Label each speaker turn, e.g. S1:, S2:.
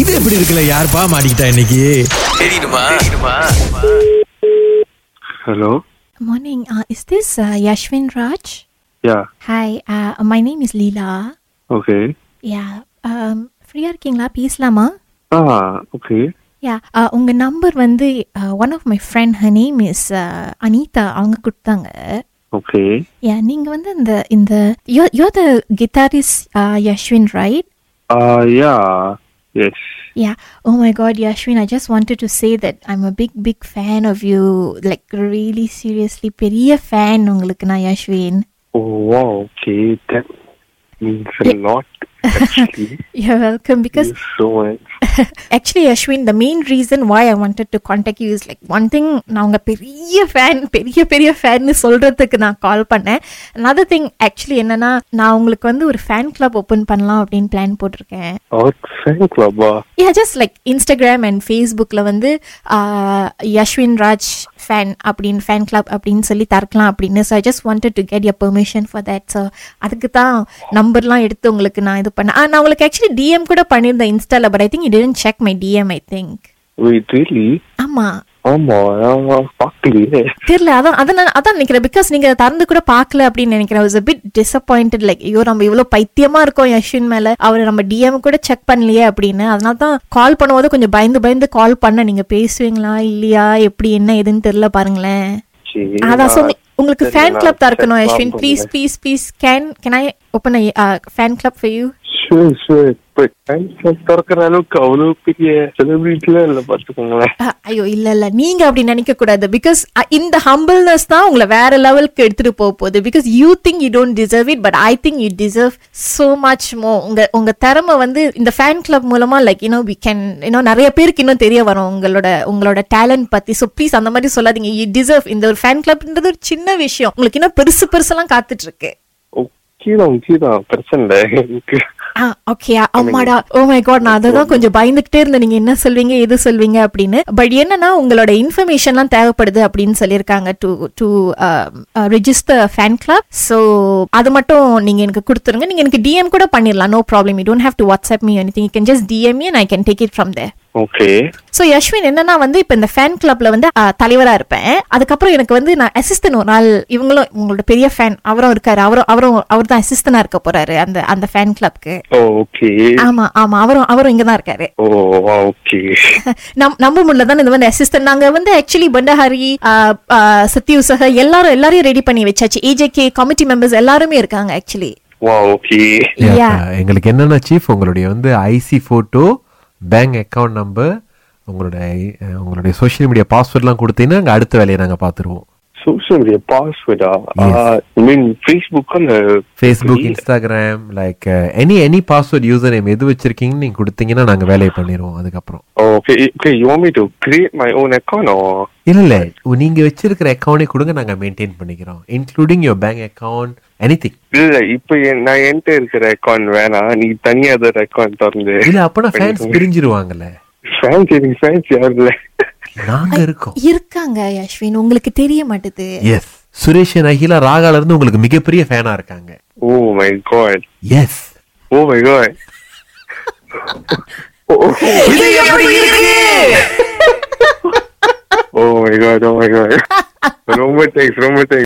S1: இது எப்படி இருக்குல்ல யாருப்பா மாட்டிக்கிட்டா இன்னைக்கு
S2: Hello.
S3: Morning. Uh, is this uh, Yashwin Raj?
S2: Yeah.
S3: Hi. Uh, my name is Leela.
S2: Okay.
S3: Yeah. Um, ஃப்ரீயாக இருக்கீங்களா பேசலாமா
S2: Ah. Okay.
S3: யா உங்கள் நம்பர் வந்து uh, one of my friend her name is Anita uh, அவங்க கொடுத்தாங்க
S2: Okay.
S3: யா நீங்கள் வந்து இந்த இந்த yo yo the guitarist Yashwin right
S2: Ah. yeah. Yes.
S3: Yeah. Oh my God, Yashwin, I just wanted to say that I'm a big, big fan of you. Like, really, seriously, பெரிய fan உங்களுக்கு நான் Yashwin
S2: Oh. Wow. Okay. That means a lot. Actually,
S3: You're welcome because
S2: Thank you so much.
S3: Actually Ashwin the main reason why I wanted to contact you is like one thing நான் உங்கள் பெரிய fan பெரிய பெரிய ஃபேன்னு சொல்கிறதுக்கு நான் கால் பண்ணேன் another திங் ஆக்சுவலி என்னன்னா நான் உங்களுக்கு வந்து ஒரு ஃபேன் கிளப் ஓப்பன் பண்ணலாம் அப்படின்னு பிளான் போட்டிருக்கேன்
S2: Our fan club. ah.
S3: Yeah just like Instagram and ஃபேஸ்புக்கில் வந்து யஷ்வின் ராஜ் ஃபேன் அப்படின்னு ஃபேன் கிளப் அப்படின்னு சொல்லி திறக்கலாம் அப்படின்னு so I just wanted to get your permission for that so அதுக்கு தான் நம்பர்லாம் எடுத்து உங்களுக்கு நான் இது பண்ணேன் ஆ, நான் உங்களுக்கு ஆக்சுவலி டிஎம் கூட பண்ணியிருந்தேன் இன்ஸ்டாவில் but I think you didn't check my DM I think
S2: Wait. Really?
S3: ஆமா
S2: ஆமா. ah, பார்க்கலையே.
S3: தெரியல அதான் அதான் நான் அதான் நினைக்கிறேன் பிகாஸ் நீங்க அதை திறந்து கூட பார்க்கல அப்படின்னு நினைக்கிறேன் வாஸ் பிட் டிசப்பாயிண்டட் லைக் ஐயோ நம்ம இவ்வளவு பைத்தியமா இருக்கோம் யஷ்வின் மேல அவர் நம்ம டிஎம் கூட செக் பண்ணலையே அப்படின்னு அதனால தான் கால் பண்ணும்போது கொஞ்சம் பயந்து பயந்து கால் பண்ண நீங்க பேசுவீங்களா இல்லையா எப்படி என்ன ஏதுன்னு தெரியல பாருங்களேன்
S2: சரி,
S3: அதான் so
S2: நான்
S3: உங்க- Ah, உங்களுக்கு ஃபேன்
S2: சரி,
S3: கிளப்
S2: நான்
S3: தான் இருக்கணும்
S2: check
S3: யஷ்வின்
S2: பண்ண
S3: ப்ளீஸ்
S2: போறேன்.
S3: Please please can can I open fan club for you
S2: Sure, sure. But fan club திறக்கிற அளவுக்கு அவ்வளவு பெரிய celebrity எல்லாம் இல்ல பாத்துக்கோங்களேன்.
S3: அஹ், ஐயோ இல்ல இல்ல நீங்க அப்படி நினைக்க கூடாது பிகாஸ் இந்த ஹம்பிள்னஸ் தான் உங்களை வேற லெவலுக்கு எடுத்துட்டு போக போகுது because you think you don't deserve it but I think you deserve so much more உங்க உங்க திறமை வந்து இந்த ஃபேன் கிளப் மூலமா like you know we can you know நிறைய பேருக்கு இன்னும் தெரிய வரும் உங்களோட உங்களோட டேலண்ட் பத்தி ஸோ ப்ளீஸ் அந்த மாதிரி சொல்லாதீங்க யூ டிசர்வ் இந்த ஒரு ஃபேன் கிளப்ன்றது ஒரு சின்ன விஷயம் உங்களுக்கு இன்னும் பெருசு பெருசெல்லாம் காத்துட்டு இருக்கு
S2: Okay தான், okay தான். பிரச்சனை இல்ல. எனக்கு
S3: ஆ ஓகே அம்மாடா ஓ மை காட் நான் அதை தான் கொஞ்சம் பயந்துகிட்டே இருந்தேன் நீங்க என்ன சொல்வீங்க எது சொல்வீங்க அப்படின்னு பட் என்னன்னா உங்களோட இன்ஃபர்மேஷன்லாம் தேவைப்படுது அப்படின்னு சொல்லியிருக்காங்க uh, to to register fan club so அது மட்டும் நீங்க எனக்கு கொடுத்துருங்க நீங்க எனக்கு டிஎம் கூட பண்ணிடலாம் no problem you don't have to WhatsApp me anything you can just DM and I can take it from there
S2: Okay.
S3: So Yashwin என்னன்னா வந்து இப்போ இந்த ஃபேன் கிளப்ல வந்து அஹ், தலைவரா இருப்பேன் அதுக்கப்புறம் எனக்கு வந்து நான் அசிஸ்டன் ஒரு நாள் இவங்களும் உங்களோட பெரிய ஃபேன் அவரும் இருக்காரு அவரும் அவரும் அவர் தான் அசிஸ்டனா இருக்க போறாரு அந்த அந்த ஃபேன் கிளப்க்கு
S2: Oh, okay.
S3: ஆமா ஆமா அவரும் அவரும் இங்க தான் இருக்காரு
S2: Oh, wow, okay.
S3: நம் நம்ப முடியல தான் இந்த மாதிரி அசிஸ்டன்ட் நாங்க வந்து ஆக்சுவலி பண்டஹாரி ஆஹ், ஆஹ், சத்யு சஹ எல்லாரும் எல்லாரையும் ரெடி பண்ணி வச்சாச்சு ஏஜேகே கமிட்டி மெம்பர்ஸ் எல்லாருமே இருக்காங்க actually
S2: Wow, okay.
S3: Yeah
S4: Yeah, எங்களுக்கு என்னென்ன சீஃப் உங்களுடைய வந்து IC photo bank account number உங்களோட அஹ், உங்களுடைய சோஷியல் மீடியா பாஸ்வேர்ட்லாம் கொடுத்தீங்கன்னா அங்கே அடுத்த வேலையை நாங்கள் பார்த்துருவோம்
S2: Social media password, ah, uh, I mean Facebook uh, on
S4: Facebook Instagram like any any password user name எது வச்சிருக்கீங்கன்னு நீங்கள் கொடுத்தீங்கன்னா நாங்கள் வேலையை பண்ணிடுவோம் அதுக்கப்புறம்
S2: Oh, okay, okay. You want me to create my own account or?
S4: இல்லை இல்லை நீங்கள் வச்சிருக்கிற அக்கௌண்டே கொடுங்க நாங்கள் மெயின்டைன் பண்ணிக்கிறோம் including your bank account anything
S2: இல்ல இப்ப என்- நான் என்கிட்ட இருக்கிற அக்கௌண்ட் வேணாம் நீ தனியா அதர் அக்கௌண்ட் திறந்து
S4: இல்லை அப்போனா ஃபேன்ஸ் பிரிஞ்சிருவாங்கல்ல
S2: ஃபேன்ஸ் எனக்கு ஃபேன்ஸ் யாரும் இல்ல
S4: நாங்கள் இருக்கோம்
S3: இருக்காங்க அஸ்வின் உங்களுக்கு தெரிய மாட்டுது
S4: எஸ் சுரேஷன் அகிலா ராகால இருந்து உங்களுக்கு மிகப்பெரிய ஃபேனாக இருக்காங்க
S2: oh my god
S4: yes
S2: oh my god Oh, oh oh my god oh my god ரொம்ப தேங்க்ஸ் ரொம்ப தேங்க்ஸ்